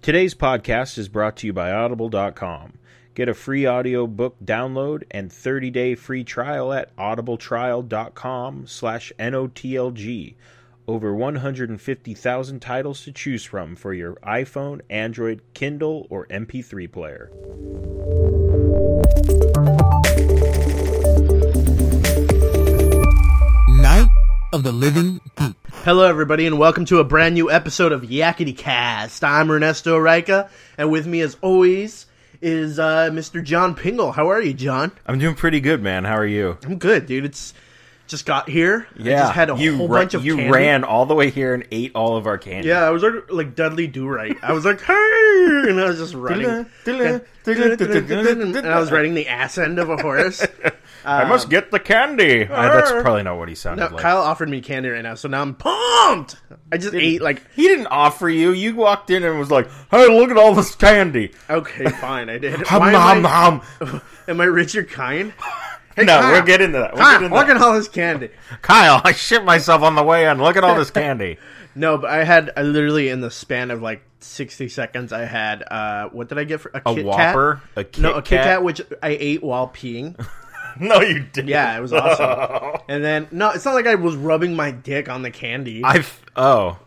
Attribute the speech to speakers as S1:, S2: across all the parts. S1: Today's podcast is brought to you by Audible.com. Get a free audiobook download and 30-day free trial at audibletrial.com slash N-O-T-L-G. Over 150,000 titles to choose from for your iPhone, Android, Kindle, or MP3 player.
S2: Night of the Living Poop.
S3: Hello, everybody, and welcome to a brand new episode of Yakety Cast. I'm Ernesto Rica, and with me, as always, is uh, Mr. John Pingle. How are you, John?
S1: I'm doing pretty good, man. How are you?
S3: I'm good, dude. It's just got here. I just had a
S1: you
S3: whole
S1: ra-
S3: bunch of
S1: You
S3: candy.
S1: ran all the way here and ate all of our candy.
S3: Yeah, I was like, like Dudley Do Right. I was like, hey, and I was just running. and I was riding the ass end of a horse.
S1: I must get the candy. Uh, that's
S3: Arr.
S1: probably not what he sounded
S3: um, No,
S1: like.
S3: Kyle offered me candy right now, so now I'm pumped. I just ate like
S1: He didn't offer you. You walked in and was like, "Hey, look at all this candy."
S3: okay, fine, I did.
S1: Hum,
S3: Why
S1: hum,
S3: am, I,
S1: hum.
S3: am I Richard Kine?
S1: No,
S3: Kyle.
S1: we'll get into that. We'll get
S3: Kyle,
S1: into
S3: look
S1: that.
S3: at all this candy.
S1: Kyle, I shit myself on the way in. Look at all this candy.
S3: No, but I had I literally in the span of like sixty seconds. I had uh, what did I get for a,
S1: A
S3: Kit
S1: Whopper, a Kit
S3: Kat? No, a Kit
S1: Kat.
S3: Kat, which I ate while peeing.
S1: no, you didn't.
S3: Yeah, it was awesome. and then no, it's not like I was rubbing my dick on the candy.
S1: I've. Oh,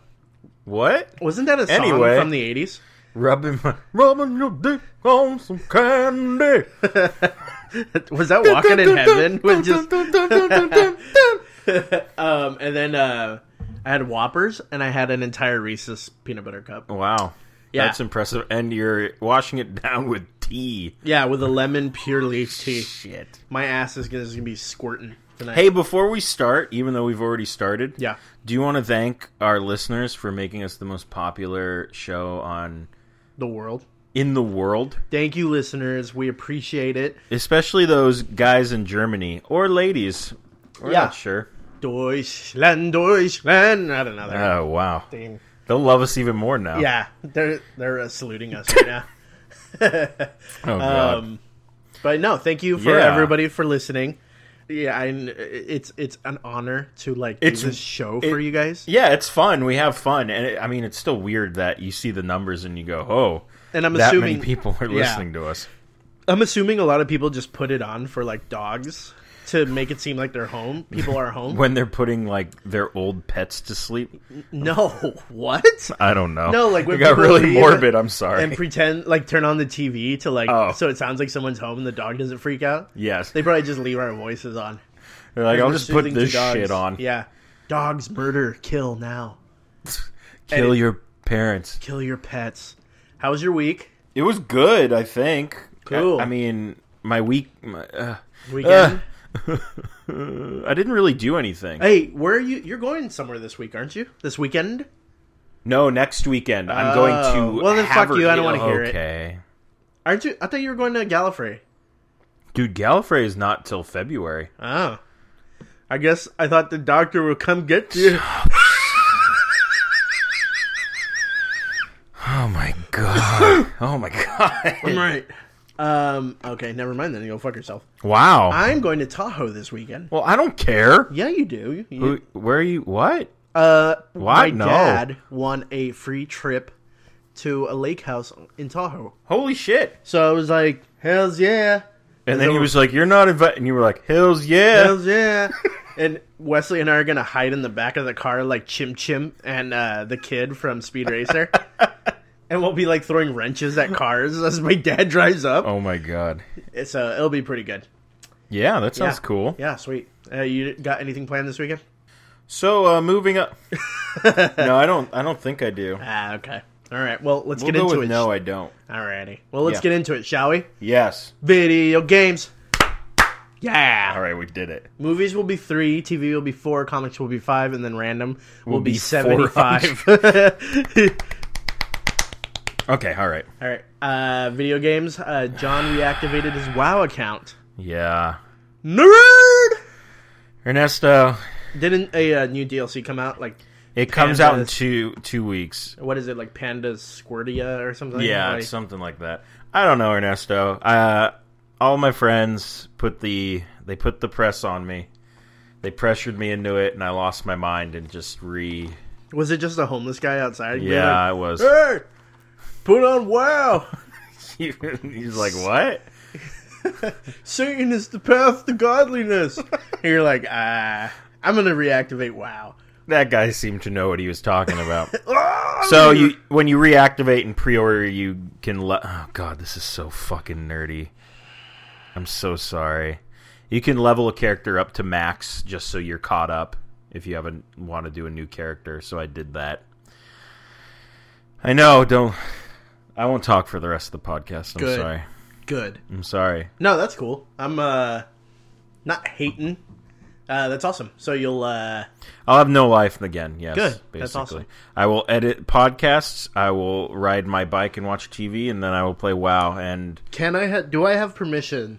S1: what?
S3: Wasn't that a song
S1: Anyway.
S3: from the eighties?
S1: Rubbing my rubbing your dick on some candy.
S3: Was that Walking in Heaven? With just um, and then uh, I had Whoppers and I had an entire Reese's peanut butter cup.
S1: wow.
S3: Yeah.
S1: Oh, That's impressive. And you're washing it down with tea.
S3: Yeah, with a lemon pure leaf tea.
S1: Shit.
S3: My ass is gonna, is gonna be squirting tonight.
S1: Hey, before we start, even though we've already started,
S3: Yeah.
S1: do you want to thank our listeners for making us the most popular show on
S3: the world.
S1: in the world?
S3: Thank you, listeners. We appreciate it.
S1: Especially those guys in Germany or ladies. We're
S3: Yeah.
S1: not sure.
S3: Deutschland, Deutschland. I don't know. They're
S1: Oh wow,
S3: acting.
S1: they'll love us even more now.
S3: Yeah, they're they're uh, saluting us right now.
S1: Oh god.
S3: Um, but no, thank you for
S1: Yeah.
S3: everybody for listening. Yeah, I, it's it's an honor to like
S1: It's-
S3: do this show
S1: it-
S3: for you guys,
S1: yeah, it's fun. We have fun, and it, I mean, it's still weird that you see the numbers and you go, "Oh,
S3: and I'm
S1: that
S3: assuming
S1: many people are
S3: yeah.
S1: listening to us."
S3: I'm assuming a lot of people just put it on for like dogs to make it seem like they're home. People are home.
S1: When they're putting like their old pets to sleep,
S3: no, what?
S1: I don't know.
S3: No, like when
S1: it got
S3: people
S1: really
S3: leave
S1: morbid.
S3: and-
S1: I'm sorry.
S3: and pretend like turn on the TV to like
S1: Oh.
S3: so it sounds like someone's home and the dog doesn't freak out.
S1: yes,
S3: They probably just leave our voices on.
S1: They're like, I'll
S3: We're
S1: just put
S3: soothing to
S1: this
S3: dogs.
S1: shit on.
S3: Yeah. Dogs murder, kill now.
S1: Kill your parents.
S3: Kill your pets. How was your week?
S1: It was good, I think.
S3: Cool.
S1: I, I mean, my week. My, uh,
S3: Weekend?
S1: I didn't really do anything.
S3: Hey, where are you you're going somewhere this week, aren't you? This weekend?
S1: No, next weekend I'm going to.
S3: Oh, well, then fuck
S1: Haver-
S3: you, I don't wanna hear it.
S1: Okay,
S3: Aren't you I thought you were going to Gallifrey.
S1: dude, Gallifrey is not till February.
S3: Oh. I guess I thought the doctor would come get you.
S1: Oh my god. oh my god.
S3: right. Um okay, never mind then. You go fuck yourself.
S1: Wow.
S3: I'm going to Tahoe this weekend.
S1: well, I don't care.
S3: Yeah, you do. You,
S1: Who- Where are you? What?
S3: Uh,
S1: Why?
S3: my
S1: No.
S3: dad won a free trip to a lake house in Tahoe.
S1: Holy shit!
S3: So I was like, "Hell's yeah,
S1: And then he
S3: there-
S1: was like, "You're not invited," and you were like, "Hills, yeah."
S3: hell's yeah." and Wesley and I are gonna hide in the back of the car like Chim Chim and uh, the kid from Speed Racer, and we'll be like throwing wrenches at cars as my dad drives up.
S1: Oh my god.
S3: So it'll be pretty good.
S1: Yeah, that sounds
S3: Yeah.
S1: cool.
S3: Yeah, sweet. Uh, you got anything planned this weekend?
S1: So uh, moving up. no, I don't. I don't think I do.
S3: Ah, okay. All right. Well, let's
S1: We'll
S3: get
S1: go
S3: into
S1: with
S3: it.
S1: no, I don't.
S3: Alrighty. Well, let's
S1: Yeah.
S3: get into it, shall we?
S1: Yes.
S3: Video games. Yeah.
S1: All right, we did it.
S3: Movies will be three, TV will be four, comics will be five, and then random will be,
S1: be
S3: 75.
S1: Okay. All right.
S3: All right. Uh, video games. Uh, John reactivated his WoW account.
S1: Yeah.
S3: Nerd!
S1: Ernesto,
S3: Didn't a uh, new DLC come out? Like,
S1: it comes out in
S3: Pandas.
S1: two two weeks.
S3: what is it? Like Panda Squirtia or something?
S1: Yeah,
S3: Like,
S1: it's something like that. I don't know, Ernesto. Uh, all my friends put the they put the press on me. They pressured me into it, and I lost my mind and just re.
S3: was it just a homeless guy outside?
S1: Yeah, I was.
S3: Hey! Put on wow.
S1: He's like, what?
S3: Satan is the path to godliness. and you're like, ah, I'm gonna reactivate wow.
S1: That guy seemed to know what he was talking about.
S3: Ah!
S1: so you, when you reactivate and pre-order, you can let. Oh god, this is so fucking nerdy. I'm so sorry. You can level a character up to max just so you're caught up if you haven't want to do a new character. So I did that. I know. Don't. I won't talk for the rest of the podcast. I'm
S3: Good.
S1: sorry.
S3: good.
S1: I'm sorry.
S3: No, that's cool. I'm uh not hating. Uh, that's awesome. So you'll uh
S1: I'll have no life again. Yes,
S3: Good.
S1: Basically.
S3: That's awesome.
S1: I will edit podcasts. I will ride my bike and watch TV, and then I will play WoW. And
S3: can I ha- do I have permission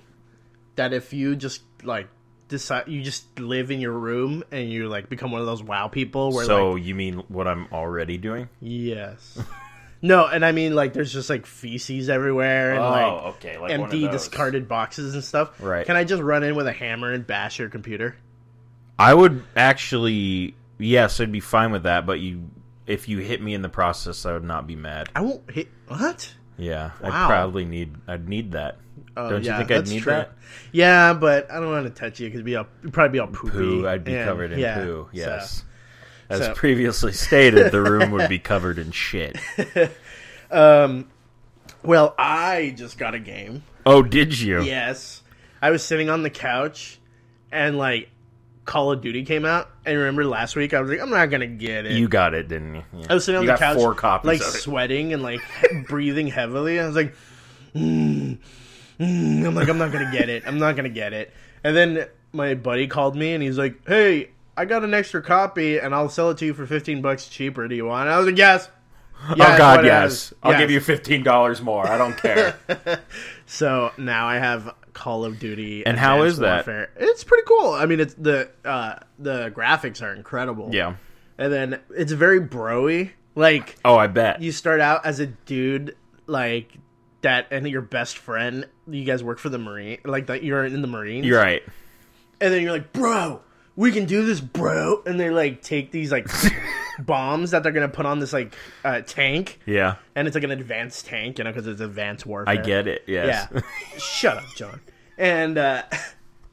S3: that if you just like decide you just live in your room and you like become one of those wow people where
S1: so
S3: like
S1: you mean what I'm already doing?
S3: yes. No, and I mean like there's just like feces everywhere and Oh, like
S1: Oh, okay. Like
S3: empty discarded boxes and stuff.
S1: Right.
S3: Can I just run in with a hammer and bash your computer?
S1: I would actually, yes, I'd be fine with that. But you, if you hit me in the process, I would not be mad.
S3: I won't hit what?
S1: Yeah, I'd
S3: Wow.
S1: probably need. I'd need that.
S3: Oh,
S1: Don't
S3: yeah,
S1: you think I'd
S3: that's
S1: need
S3: true.
S1: that?
S3: Yeah, but I don't want to touch you because be all it'd probably be all poopy.
S1: Poo. I'd be
S3: and-
S1: covered in
S3: yeah,
S1: poo.
S3: so.
S1: Yes. As
S3: so-
S1: previously stated, the room would be covered in shit.
S3: Well, I just got a game.
S1: Oh, did you?
S3: Yes, I was sitting on the couch, and like Call of Duty came out. And remember last week, I was like, I'm not gonna get it.
S1: You got it, didn't you? Yeah.
S3: I was sitting on
S1: you
S3: the
S1: got
S3: couch,
S1: Four copies
S3: like
S1: of it.
S3: sweating and like breathing heavily. I was like, "Mm, mm." I'm like, I'm not gonna get it. I'm not gonna get it. And then my buddy called me and he's like, Hey, I got an extra copy and I'll sell it to you for 15 bucks cheaper. Do you want? it?" I was like, Yes.
S1: oh God,
S3: what it
S1: yes.
S3: is.
S1: I'll
S3: Yes."
S1: give you fifteen dollars more. I don't care.
S3: So now I have Call of Duty.
S1: And how
S3: Advanced
S1: is that?
S3: Warfare. It's pretty cool. I mean, it's the uh, the graphics are incredible.
S1: yeah.
S3: And then it's very broy. Like
S1: Oh, I bet.
S3: you start out as a dude like that and your best friend you guys work for the marine like that you're in the marines
S1: You're right.
S3: and then you're like bro we can do this bro and they like take these like bombs that they're gonna put on this like uh, tank
S1: Yeah,
S3: and it's like an advanced tank you know because it's advanced warfare
S1: I get it. Yes.
S3: yeah shut up john and uh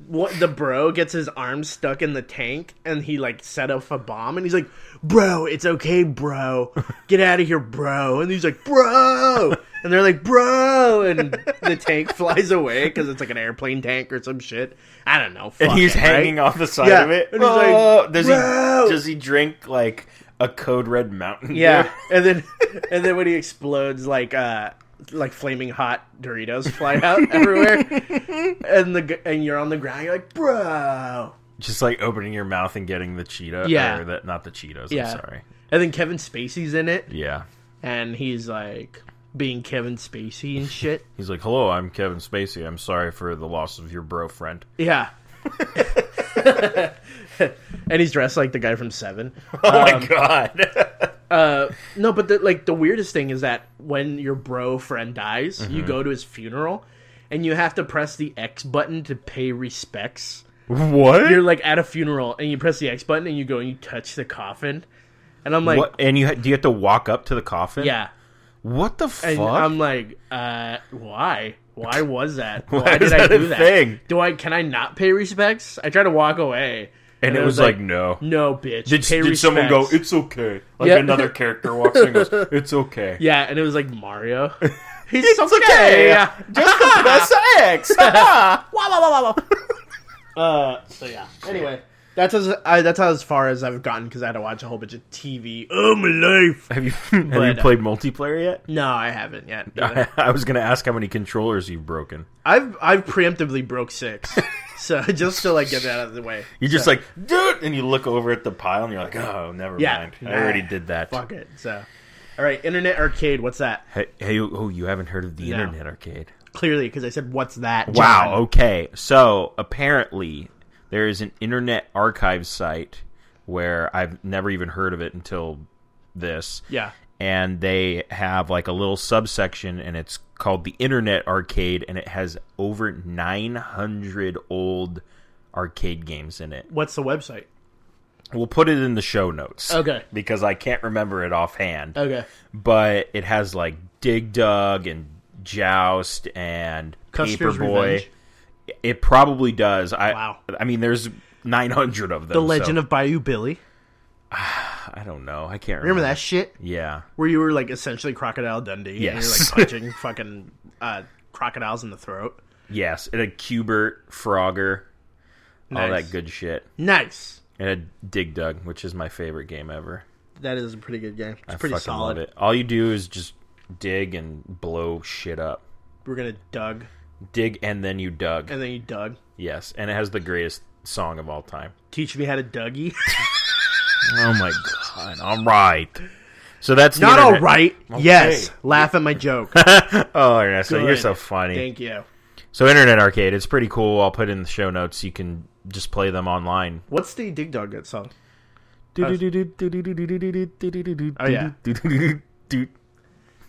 S3: what the bro gets his arm stuck in the tank and he like set off a bomb and he's like bro it's okay bro get out of here bro and he's like bro and they're like bro and the tank flies away because it's like an airplane tank or some shit i don't know
S1: and
S3: fuck
S1: he's
S3: it, right?
S1: hanging off the side
S3: Yeah.
S1: of it.
S3: And he's like,
S1: Oh, does he?
S3: "Bro!"
S1: Does he drink like a Code Red Mountain?
S3: yeah
S1: Dew?
S3: and then and then when he explodes like uh like flaming hot Doritos fly out everywhere, and the g- and you're on the ground. You're like, bro,
S1: Just like opening your mouth and getting the cheetah.
S3: Yeah.
S1: Or that, not the Cheetos. I'm
S3: Yeah.
S1: sorry.
S3: And then Kevin Spacey's in it,
S1: Yeah.
S3: and he's like being Kevin Spacey and shit.
S1: He's like, "Hello, I'm Kevin Spacey. I'm sorry for the loss of your bro friend."
S3: Yeah. and he's dressed like the guy from Seven.
S1: Oh my god.
S3: No, but the, like the weirdest thing is that when your bro friend dies, you go to his funeral, and you have to press the X button to pay respects.
S1: what?
S3: You're like at a funeral, and you press the X button, and you go and you touch the coffin, and I'm like,
S1: what? And you ha- do you have to walk up to the coffin?
S3: yeah.
S1: What the fuck?
S3: And um, I'm like, uh, why? Why was that? Why,
S1: is
S3: did I
S1: that a
S3: do that?
S1: thing?
S3: Do I can I not pay respects? I try to walk away.
S1: and it
S3: I
S1: was like, no.
S3: No bitch.
S1: Did,
S3: pay
S1: did someone go?
S3: respects."
S1: It's okay. Like
S3: Yeah.
S1: another character walks in and goes, "It's okay."
S3: Yeah, and it was like Mario. He's
S1: It's
S3: okay.
S1: okay.
S3: Yeah.
S1: Just the press X.
S3: Wah, wah, wah, wah, wah. uh so yeah. Anyway. That's as I, that's how as far as I've gotten because I had to watch a whole bunch of TV. Oh my life!
S1: Have you have
S3: But,
S1: you
S3: uh,
S1: played multiplayer yet?
S3: No, I haven't yet.
S1: I, was going to ask how many controllers you've broken.
S3: I've I've preemptively broke six, so just to like get that out of the way.
S1: You're just like, dude, and you look over at the pile and you're like, oh, never
S3: Yeah.
S1: mind. I already
S3: Nah,
S1: did that.
S3: Fuck it. So, all right, Internet Arcade. What's that?
S1: Hey, hey, oh, you haven't heard of the
S3: No.
S1: Internet Arcade?
S3: Clearly, because I said what's that?
S1: Wow.
S3: John?
S1: Okay. So apparently, there is an Internet Archive site where I've never even heard of it until this.
S3: Yeah.
S1: And they have like a little subsection, and it's called the Internet Arcade, and it has over 900 old arcade games in it.
S3: What's the website?
S1: We'll put it in the show notes.
S3: Okay.
S1: Because I can't remember it offhand
S3: Okay.
S1: but it has like Dig Dug and Joust and
S3: Custer's
S1: Paperboy.
S3: Revenge.
S1: It probably does. I
S3: Wow.
S1: I mean, there's 900 of them.
S3: The Legend of Bayou Billy.
S1: I don't know. I can't remember,
S3: Remember that shit?
S1: Yeah.
S3: Where you were like essentially Crocodile Dundee.
S1: Yes.
S3: And you're like punching fucking uh, crocodiles in the throat.
S1: Yes. It had Cubert, Frogger, all
S3: Nice.
S1: that good shit.
S3: Nice.
S1: It had Dig Dug, which is my favorite game ever.
S3: That is a pretty good game. It's
S1: I
S3: pretty
S1: fucking
S3: solid.
S1: love it. All you do is just dig and blow shit up.
S3: We're gonna dug,
S1: Dig and then you dug.
S3: and then you dug.
S1: Yes, and it has the greatest song of all time.
S3: Teach me how to dougie.
S1: Oh my god! All right. So that's the
S3: Not all
S1: internet-
S3: right. Yes. Laugh at my joke.
S1: Oh, yeah, so you're
S3: Good.
S1: so funny.
S3: Thank you.
S1: So Internet Arcade, it's pretty cool. I'll put it in the show notes. You can just play them online.
S3: What's the Dig Dug good song?
S1: Oh
S3: yeah.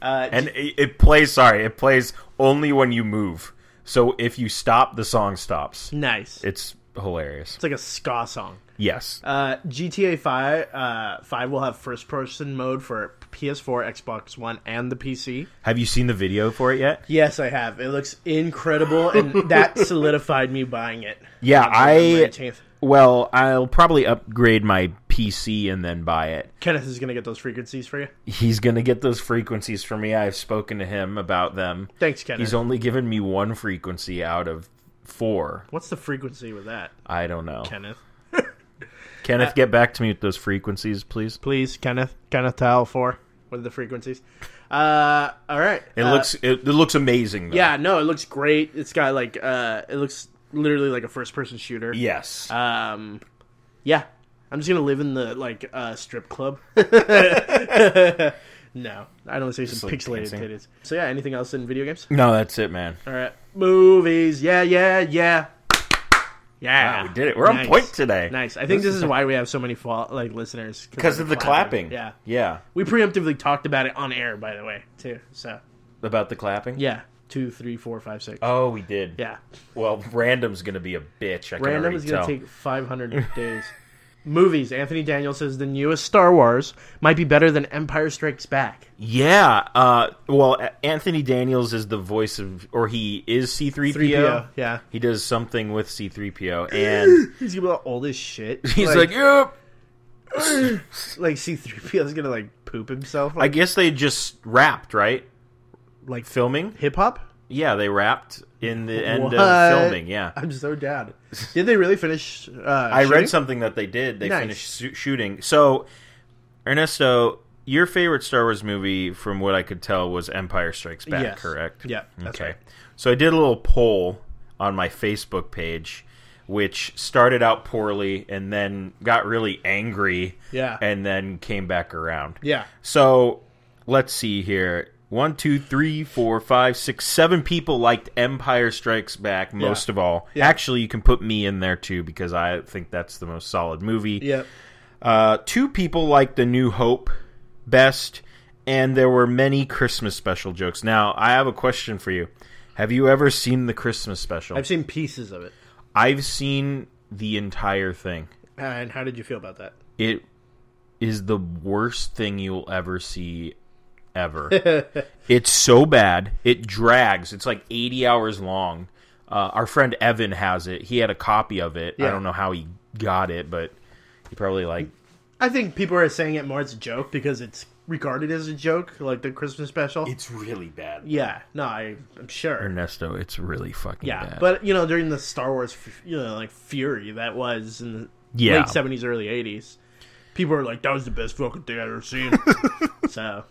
S3: Uh,
S1: And it, it plays. Sorry, it plays only when you move. So if you stop, the song stops.
S3: nice. It's
S1: It's hilarious.
S3: like a ska song.
S1: Yes.
S3: Uh, GTA Five uh, Five will have first person mode for PS4, Xbox One, and the PC.
S1: Have you seen the video for it yet?
S3: Yes, I have. It looks incredible, and that solidified me buying it.
S1: Yeah,
S3: November
S1: I.
S3: 18th.
S1: Well, I'll probably upgrade my PC and then buy it.
S3: Kenneth is gonna get those frequencies for you.
S1: He's going to get those frequencies for me. I've spoken to him about them.
S3: Thanks, Kenneth.
S1: He's only given me one frequency out of four.
S3: What's the frequency with that,
S1: I don't know.
S3: Kenneth?
S1: Kenneth, get back to me with those frequencies, please.
S3: Please, Kenneth. Kenneth Towel for with the frequencies. Uh, all right.
S1: It
S3: Uh,
S1: looks it, it looks amazing. Though.
S3: Yeah, no, it looks great. It's got like uh, it looks literally like a first person shooter.
S1: Yes.
S3: Um, yeah. I'm just gonna live in the like uh, strip club. no, I don't see some
S1: like,
S3: pixelated
S1: dancing.
S3: titties. So yeah, anything else in video games?
S1: no, that's it, man.
S3: All right, movies. Yeah, yeah, yeah, yeah.
S1: Wow, we did it. We're on point today.
S3: Nice. I think this is why we have so many fall, like listeners
S1: Because of the clapping.
S3: Yeah,
S1: Yeah.
S3: we preemptively talked about it on air, by the way, too. So
S1: About the clapping?
S3: yeah, two, three, four, five, six.
S1: Oh, we did.
S3: Yeah.
S1: Well, random's going to be a bitch. I can
S3: Random
S1: already
S3: is going
S1: tell.
S3: to take 500 days. Movies. Anthony Daniels says the newest Star Wars might be better than Empire Strikes Back.
S1: Yeah. Uh, well, A- Anthony Daniels is the voice of, or he is C3PO.
S3: 3PO, yeah.
S1: He does something with C3PO. And
S3: He's gonna be like, old as shit.
S1: he's like, yep.
S3: like C-3PO is gonna like poop himself.
S1: I
S3: Like,
S1: guess they just rapped, right?
S3: like
S1: Filming?
S3: hip hop.
S1: Yeah, they rapped in the end
S3: What?
S1: of uh, filming. Yeah.
S3: I'm so down. Did they really finish? Uh,
S1: I read
S3: some.
S1: something that they did. They
S3: Nice.
S1: finished su- shooting. So, Ernesto, your favorite Star Wars movie, from what I could tell, was Empire Strikes Back,
S3: Yes.
S1: correct?
S3: Yeah, that's
S1: okay.
S3: right.
S1: So I did a little poll on my Facebook page, which started out poorly and then got really angry.
S3: Yeah.
S1: And then came back around.
S3: Yeah.
S1: So let's see here. One, two, three, four, five, six, seven people liked Empire Strikes Back most of all. Actually, you can put me in there too because I think that's the most solid movie.
S3: Yep.
S1: Uh, two people liked The New Hope best, and there were many Christmas special jokes. Now, I have a question for you. Have you ever seen the Christmas special?
S3: I've seen pieces of it.
S1: I've seen the entire thing.
S3: And how did you feel about that?
S1: it is the worst thing you'll ever see ever it's so bad it drags it's like 80 hours long uh, our friend evan has it he had a copy of it i
S3: Yeah.
S1: don't know how he got it but he probably like
S3: I think people are saying it more as a joke because it's regarded as a joke, like the Christmas special.
S1: it's really bad
S3: yeah. No, I, I'm sure.
S1: ernesto it's really fucking
S3: Yeah,
S1: bad
S3: but you know, during the Star Wars, f- you know, like Fury that was in the
S1: Yeah.
S3: late seventies, early eighties, people were like, "That was the best fucking thing I've ever seen." so,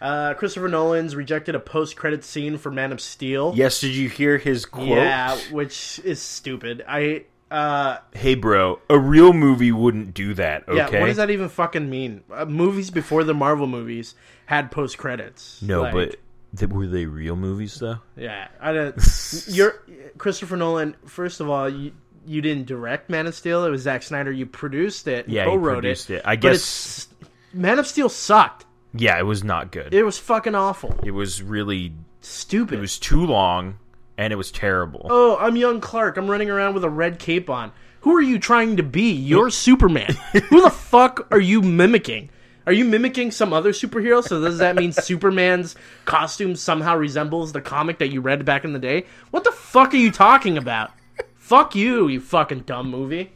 S3: uh, Christopher Nolan's rejected a post-credit scene for Man of Steel.
S1: yes did you hear his quote
S3: yeah, which is stupid. I, uh,
S1: hey bro a real movie wouldn't do that
S3: yeah,
S1: okay
S3: what does that even fucking mean? Uh, movies before the Marvel movies had post credits.
S1: no but th- were they real movies though
S3: yeah, I don't. You're Christopher Nolan. First of all, you you didn't direct Man of Steel. It was Zack Snyder. You produced it.
S1: Yeah, he
S3: co-wrote
S1: produced
S3: it.
S1: it. I
S3: But
S1: guess-
S3: it's- Man of Steel sucked.
S1: yeah it was not good
S3: It was fucking awful.
S1: it was really
S3: Stupid.
S1: It was too long and it was terrible.
S3: oh, I'm young Clark. I'm running around with a red cape on. Who are you trying to be? You're Superman. Who the fuck are you mimicking? Are you mimicking some other superhero? So does that mean Superman's costume somehow resembles the comic that you read back in the day? What the fuck are you talking about? fuck you, you fucking dumb movie.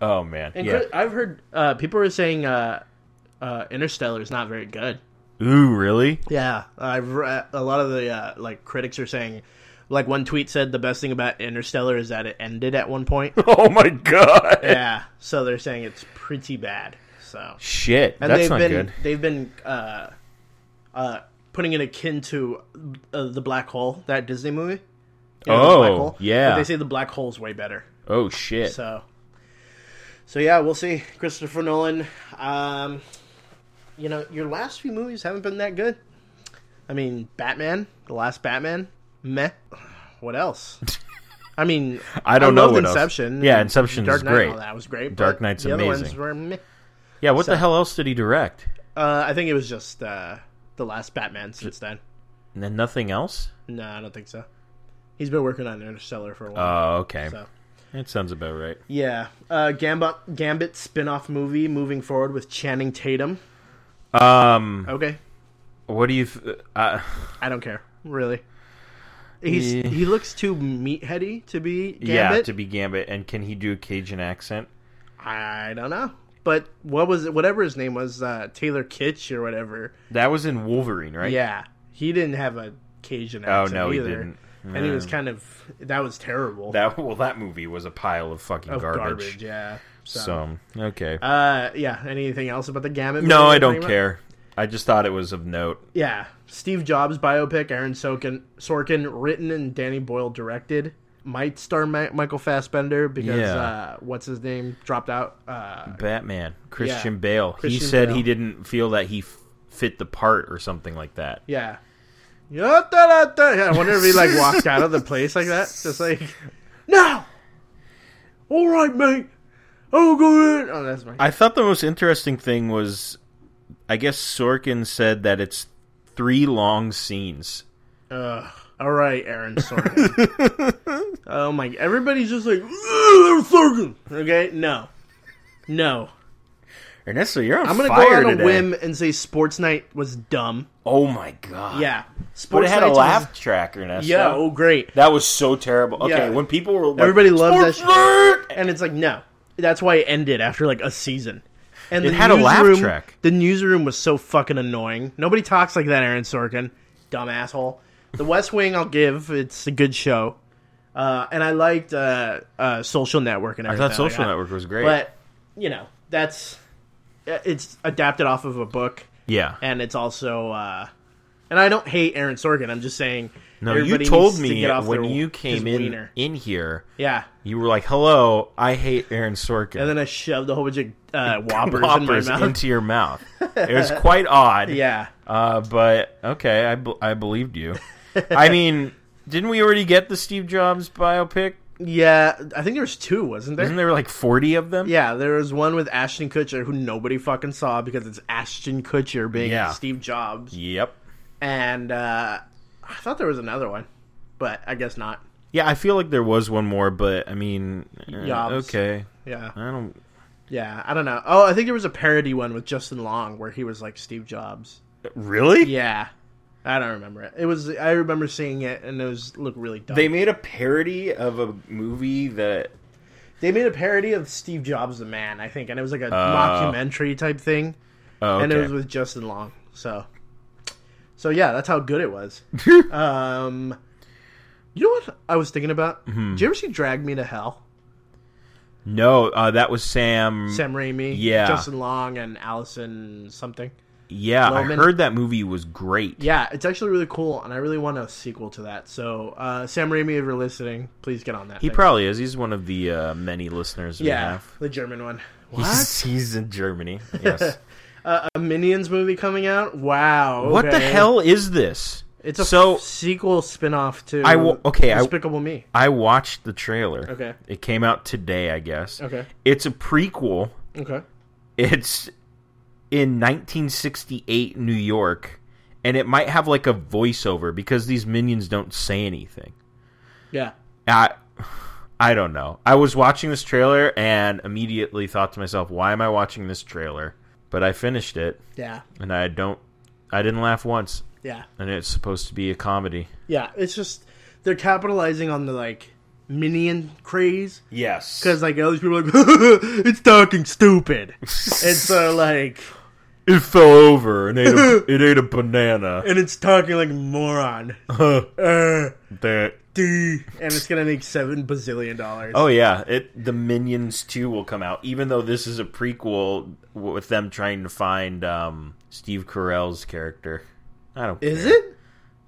S1: Oh man,
S3: And
S1: yeah.
S3: Chris- I've heard uh, people are saying uh, uh, Interstellar is not very good.
S1: Ooh, really?
S3: Yeah, I've re- a lot of the uh, like critics are saying, like one tweet said the best thing about Interstellar is that it ended at one point.
S1: Oh my god.
S3: yeah, so they're saying it's pretty bad. So
S1: Shit,
S3: and
S1: that's
S3: they've
S1: not
S3: been
S1: good.
S3: they've been uh, uh, putting it akin to uh, the black hole that Disney movie. You know, the
S1: Oh,
S3: black hole?
S1: yeah.
S3: But they say the black hole's way better.
S1: Oh shit.
S3: So, so yeah, we'll see. Christopher Nolan. Um, you know, your last few movies haven't been that good. I mean, Batman, the last Batman, meh. What else? I mean,
S1: I don't know
S3: loved
S1: what else.
S3: Inception.
S1: Yeah,
S3: and
S1: Inception's
S3: Dark Knight,
S1: great.
S3: all that was great.
S1: Dark
S3: but
S1: Knight's
S3: the Other ones
S1: amazing.
S3: were meh.
S1: yeah, what the hell else did he direct?
S3: Uh, I think it was just uh, the last Batman since then.
S1: And then nothing else?
S3: No, I don't think so. He's been working on Interstellar for a while.
S1: Oh, okay.
S3: so.
S1: That sounds about right.
S3: Yeah, uh, Gambit Gambit spin-off movie moving forward with Channing Tatum.
S1: Um,
S3: Okay,
S1: what do you? f- Uh,
S3: I don't care really. He's
S1: Yeah.
S3: he looks too meatheady to be Gambit.
S1: yeah, to be Gambit, and can he do a Cajun accent?
S3: I don't know, but what was it? Whatever his name was, uh, Taylor Kitsch or whatever.
S1: That was in Wolverine, right?
S3: Yeah, he didn't have a Cajun
S1: Oh
S3: accent
S1: no, he
S3: either.
S1: didn't. Mm.
S3: And he was kind of that was terrible.
S1: That well, that movie was a pile of fucking
S3: of
S1: garbage.
S3: Yeah. So.
S1: So okay.
S3: Uh, yeah. Anything else about the Gambit?
S1: no,
S3: movie
S1: I
S3: that
S1: don't
S3: came out?
S1: care. I just thought it was of note.
S3: Yeah, Steve Jobs biopic, Aaron Sorkin, Sorkin written and Danny Boyle directed. Might star Ma- Michael Fassbender because
S1: Yeah.
S3: uh, what's his name dropped out. Uh,
S1: Batman, Christian Bale.
S3: Christian
S1: he said
S3: Bale.
S1: he didn't feel that he f- fit the part or something like that.
S3: yeah. Yeah, da, da, da. Yeah, I wonder if he like walked out of the place like that, just like, no. All right, mate. I'll go in. Oh, that's my.
S1: I thought the most interesting thing was, I guess Sorkin said that it's three long scenes.
S3: Ugh. All right, Aaron Sorkin. oh my! Everybody's just like "Ugh, Aaron Sorkin. Okay, no, no.
S1: Ernesto, you're on
S3: I'm gonna
S1: fire
S3: go on
S1: today.
S3: a whim and say Sports Night was dumb.
S1: Oh my god!
S3: Yeah,
S1: but
S3: Sports
S1: it had a
S3: Night's
S1: laugh
S3: was-
S1: track, Ernesto.
S3: yeah, oh great.
S1: that was so terrible. Okay,
S3: Yeah.
S1: when people were like,
S3: Everybody loved that
S1: "Sports
S3: shit."
S1: Nerd!"
S3: And it's like no, that's why it ended after like a season. And
S1: It
S3: the
S1: had a laugh
S3: newsroom-
S1: track.
S3: The newsroom was so fucking annoying. Nobody talks like that, Aaron Sorkin, dumb asshole. The West Wing, I'll give. It's a good show, uh, and I liked uh, uh, Social Network and
S1: I
S3: everything.
S1: thought Social
S3: like that.
S1: Network was great.
S3: but you know that's it's adapted off of a book.
S1: yeah,
S3: and it's also uh and I don't hate Aaron Sorkin. I'm just saying.
S1: no, you
S3: everybody
S1: told
S3: needs to
S1: me
S3: get off
S1: when
S3: their-
S1: you
S3: his
S1: came in
S3: wiener.
S1: in here,
S3: Yeah,
S1: you were like, "Hello, I hate Aaron Sorkin."
S3: and then I shoved a whole bunch of uh, whoppers,
S1: poppers
S3: in my mouth.
S1: into your mouth. It was quite odd.
S3: yeah,
S1: Uh, but okay, I, bel- I believed you. I mean, didn't we already get the Steve Jobs biopic?
S3: yeah. I think there was two, wasn't there?
S1: Isn't there like forty of them?
S3: Yeah, there was one with Ashton Kutcher who nobody fucking saw because it's Ashton Kutcher being
S1: Yeah.
S3: Steve Jobs,
S1: Yep.
S3: and uh, I thought there was another one, but I guess not.
S1: Yeah, I feel like there was one more, but I mean, eh,
S3: Jobs.
S1: okay.
S3: Yeah,
S1: I don't.
S3: yeah. I don't know. Oh, I think there was a parody one with Justin Long where he was like Steve Jobs.
S1: Really?
S3: Yeah, I don't remember it. It was I remember seeing it and it was looked really dumb.
S1: They
S3: They,
S1: made a parody of a movie that.
S3: made a parody of Steve Jobs the Man, I think, and it was like a mockumentary type thing,
S1: Oh, okay.
S3: and it was with Justin Long. So, so yeah, that's how good it was. um, you know what I was thinking about?
S1: Mm-hmm.
S3: Did you ever see Drag Me to Hell?
S1: no, uh, that was Sam.
S3: Sam Raimi,
S1: Yeah.
S3: Justin Long, and Allison something.
S1: yeah,
S3: Loman.
S1: I heard that movie was great.
S3: Yeah, it's actually really cool, and I really want a sequel to that. So, uh, Sam Raimi, if you're listening, please get on that.
S1: He
S3: thing.
S1: probably is. He's one of the uh, many listeners we
S3: yeah,
S1: have.
S3: the German one.
S1: He's, he's in Germany. Yes.
S3: a Minions movie coming out. Wow.
S1: What the
S3: okay.
S1: hell is this?
S3: It's a
S1: so
S3: f- sequel spin-off to
S1: I wa- okay, I-
S3: Despicable Me.
S1: I watched the trailer.
S3: Okay.
S1: It came out today, I guess.
S3: Okay.
S1: It's a prequel.
S3: Okay.
S1: It's in 1968 New York, and it might have like a voiceover because these minions don't say anything.
S3: Yeah.
S1: I I don't know. I was watching this trailer and immediately thought to myself, why am I watching this trailer? but I finished it
S3: Yeah.
S1: and I don't I didn't laugh once
S3: Yeah.
S1: and it's supposed to be a comedy.
S3: Yeah. It's just they're capitalizing on the like minion craze
S1: Yes.
S3: because like all these people are like it's talking stupid, and so like
S1: it fell over and ate a, it ate a banana.
S3: and it's talking like moron.
S1: Uh-huh.
S3: Uh,
S1: that
S3: D. And it's gonna make seven bazillion dollars.
S1: Oh yeah, it the Minions 2 will come out even though this is a prequel w- with them trying to find um, Steve Carell's character. I don't
S3: is
S1: care.
S3: it?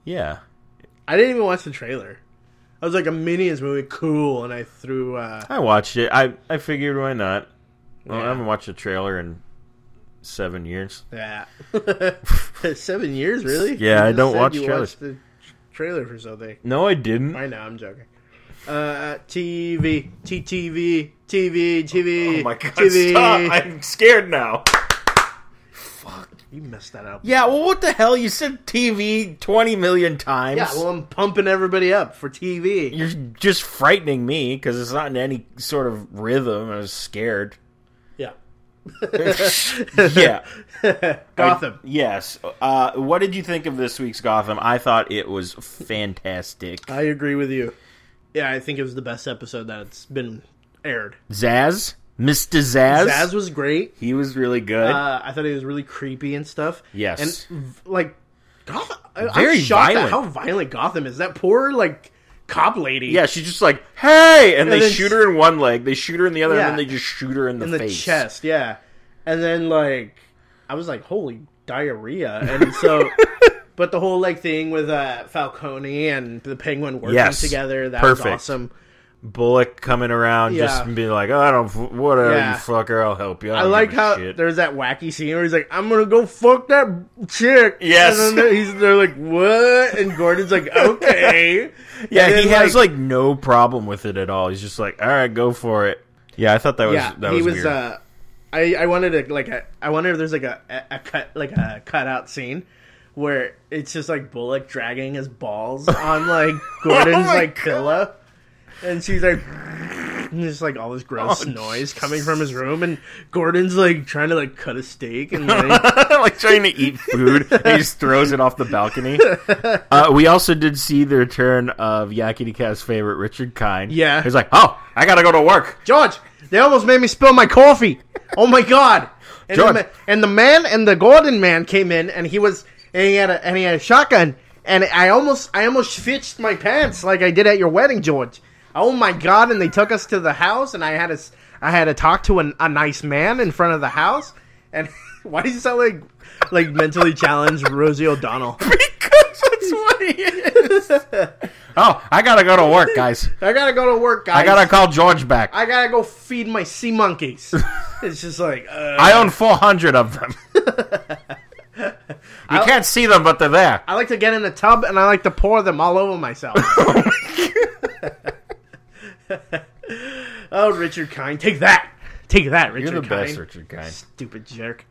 S1: Yeah.
S3: I didn't even watch the trailer. I was like a Minions movie, cool, and I threw. uh
S1: I watched it. I I figured why not. Well, I
S3: Yeah.
S1: haven't watched a trailer in 7 years.
S3: Yeah, seven years really?
S1: Yeah,
S3: You
S1: I
S3: just
S1: don't
S3: said
S1: watch
S3: you
S1: trailers.
S3: watched the trailer for something.
S1: No, I didn't.
S3: I know, I'm joking. Uh, TV, TTV, TV,
S1: Oh,
S3: TV. TV.
S1: I'm scared now.
S3: You messed that up.
S1: Yeah, well, what the hell? You said TV 20 million times.
S3: Yeah, well, I'm pumping everybody up for TV.
S1: You're just frightening me because it's not in any sort of rhythm. I was scared.
S3: Yeah,
S1: yeah.
S3: Gotham.
S1: Yes. Uh, what did you think of this week's Gotham? I thought it was fantastic.
S3: I agree with you. Yeah, I think it was the best episode that's been aired.
S1: Zaz? Mr. Zaz?
S3: Zaz was great.
S1: He was really good.
S3: Uh, I thought he was really creepy and stuff.
S1: Yes.
S3: and v- like Gotham. I-
S1: Very
S3: I'm shocked
S1: violent.
S3: at how violent Gotham is. That poor like cop lady.
S1: yeah, she's just like, hey! And,
S3: And
S1: they
S3: then-
S1: shoot her in one leg, they shoot her in the other,
S3: Yeah.
S1: and then they just shoot her in the
S3: in the
S1: face.
S3: chest. Yeah, and then like I was like, holy diarrhea, and so. But the whole like thing with uh, Falcone and the Penguin working
S1: Yes.
S3: together that
S1: Perfect.
S3: was awesome.
S1: Bullock coming around just
S3: Yeah.
S1: being like, I don't, f- whatever,
S3: Yeah.
S1: you fucker, I'll help you. I,
S3: I
S1: don't
S3: like
S1: give a
S3: how
S1: shit.
S3: there's that wacky scene where he's like, "I'm gonna go fuck that chick."
S1: Yes.
S3: and then he's they're like, "What?" And Gordon's like, "Okay."
S1: Yeah,
S3: And
S1: he
S3: then,
S1: has like no problem with it at all. He's just like, all right, go for it. Yeah, I thought that was
S3: yeah,
S1: that
S3: he
S1: was,
S3: was.
S1: weird.
S3: uh, I I wanted to like I, I wonder if there's like a, a, a cut like a cutout scene where it's just like Bullock dragging his balls on like Gordon's
S1: Oh my
S3: like
S1: God.
S3: pillow, and she's like. And there's like all this gross
S1: Oh,
S3: noise coming from his room, and Gordon's like trying to like cut a steak, and like,
S1: like trying to eat food, and he just throws it off the balcony. Uh, we also did see the return of Yakety Cat's favorite Richard Kind.
S3: Yeah.
S1: he's like, oh, I gotta go to work.
S3: George, they almost made me spill my coffee. Oh my god! And,
S1: George.
S3: The, ma- and the man and the golden man came in, and he was and he had a and he had a shotgun, and I almost I almost fitched my pants like I did at your wedding, George. Oh my god! And they took us to the house, and I had a s- I had to talk to an, a nice man in front of the house, and why do you sound like like mentally challenged Rosie O'Donnell?
S1: Because that's what he is. oh, I gotta go to work, guys.
S3: I gotta go to work, guys.
S1: I gotta call George back. I,
S3: I gotta go feed my sea monkeys. it's just like uh,
S1: own four hundred of them. you can't see them, but they're there.
S3: I like to get in a tub and I like to pour them all over myself. oh, Richard Kind, take that, take that, Richard
S1: You're the
S3: Kind.
S1: best, Richard Kind.
S3: Stupid jerk.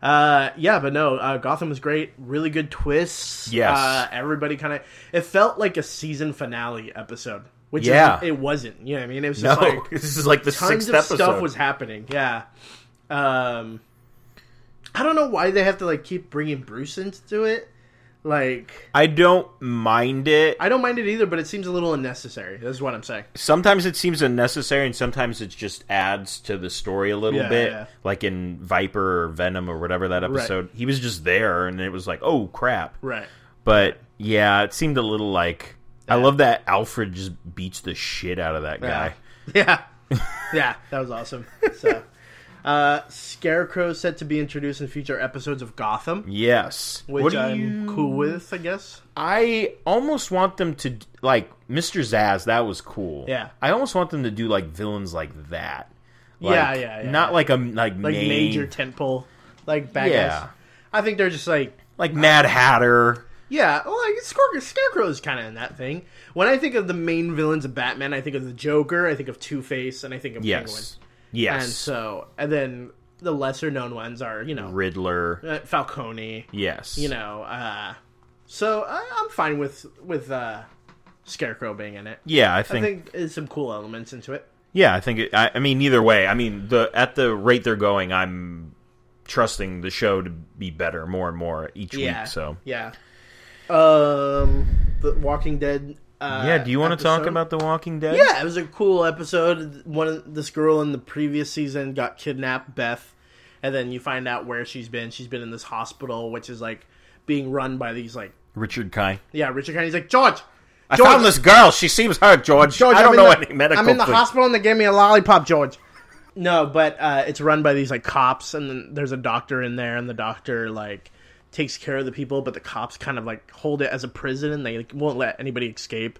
S3: Uh, yeah, but no, uh, Gotham was great. Really good twists.
S1: Yes.
S3: uh, everybody kind of. It felt like a season finale episode, which
S1: Yeah.
S3: is, it wasn't. You know what I mean? It was
S1: No,
S3: just like
S1: this is like the
S3: tons
S1: sixth
S3: of
S1: episode.
S3: stuff was happening. Yeah. Um, I don't know why they have to like keep bringing Bruce into it. Like,
S1: I don't mind it.
S3: I don't mind it either, but it seems a little unnecessary. That's what I'm saying.
S1: Sometimes it seems unnecessary, and sometimes it just adds to the story a little
S3: Yeah,
S1: bit.
S3: yeah.
S1: Like in Viper or Venom or whatever that episode, he was just there, and it was like, oh crap.
S3: Right.
S1: But yeah, it seemed a little like I love that Alfred just beats the shit out of that guy.
S3: Yeah. yeah, that was awesome. So, uh, Scarecrow set to be introduced in future episodes of Gotham,
S1: Yes,
S3: which
S1: What do
S3: I'm
S1: you-
S3: cool with, I guess.
S1: I almost want them to d- like Mr. Zaz. That was cool.
S3: Yeah.
S1: I almost want them to do like villains like that.
S3: Yeah,
S1: Like,
S3: yeah, yeah.
S1: Not like a like,
S3: Like
S1: main-
S3: major tentpole, like bad
S1: Yeah.
S3: guys. I think they're just like
S1: like Mad Hatter.
S3: Yeah, well, like Scare- Scarecrow is kind of in that thing. When I think of the main villains of Batman, I think of the Joker, I think of Two Face, and I think of Penguin.
S1: Yes. Yes.
S3: And so, and then the lesser known ones are you know
S1: Riddler.
S3: uh, Falcone.
S1: Yes.
S3: You know, uh, so I, I'm fine with with uh, Scarecrow being in it.
S1: Yeah, I
S3: I
S1: think.
S3: think there's some cool elements into it.
S1: yeah, I think. It, I, I mean, either way. I mean, the at the rate they're going, I'm trusting the show to be better more and more each
S3: yeah.
S1: week. So
S3: yeah. Um, the Walking Dead. Uh,
S1: yeah, do you want to talk
S3: episode?
S1: about The Walking Dead?
S3: Yeah, it was a cool episode. One of this girl in the previous season got kidnapped, Beth, and then you find out where she's been. She's been in this hospital, which is like being run by these like
S1: Richard Kai.
S3: yeah. Richard Kennedy's like George.
S1: I
S3: George,
S1: found this girl. She seems hurt, George.
S3: George,
S1: I
S3: I'm
S1: don't
S3: in
S1: know
S3: the-
S1: any medical.
S3: I'm in the
S1: thing.
S3: hospital and they gave me a lollipop, George. No, but uh, it's run by these like cops, and then there's a doctor in there, and the doctor like takes care of the people, but the cops kind of like hold it as a prison, and they like, won't let anybody escape.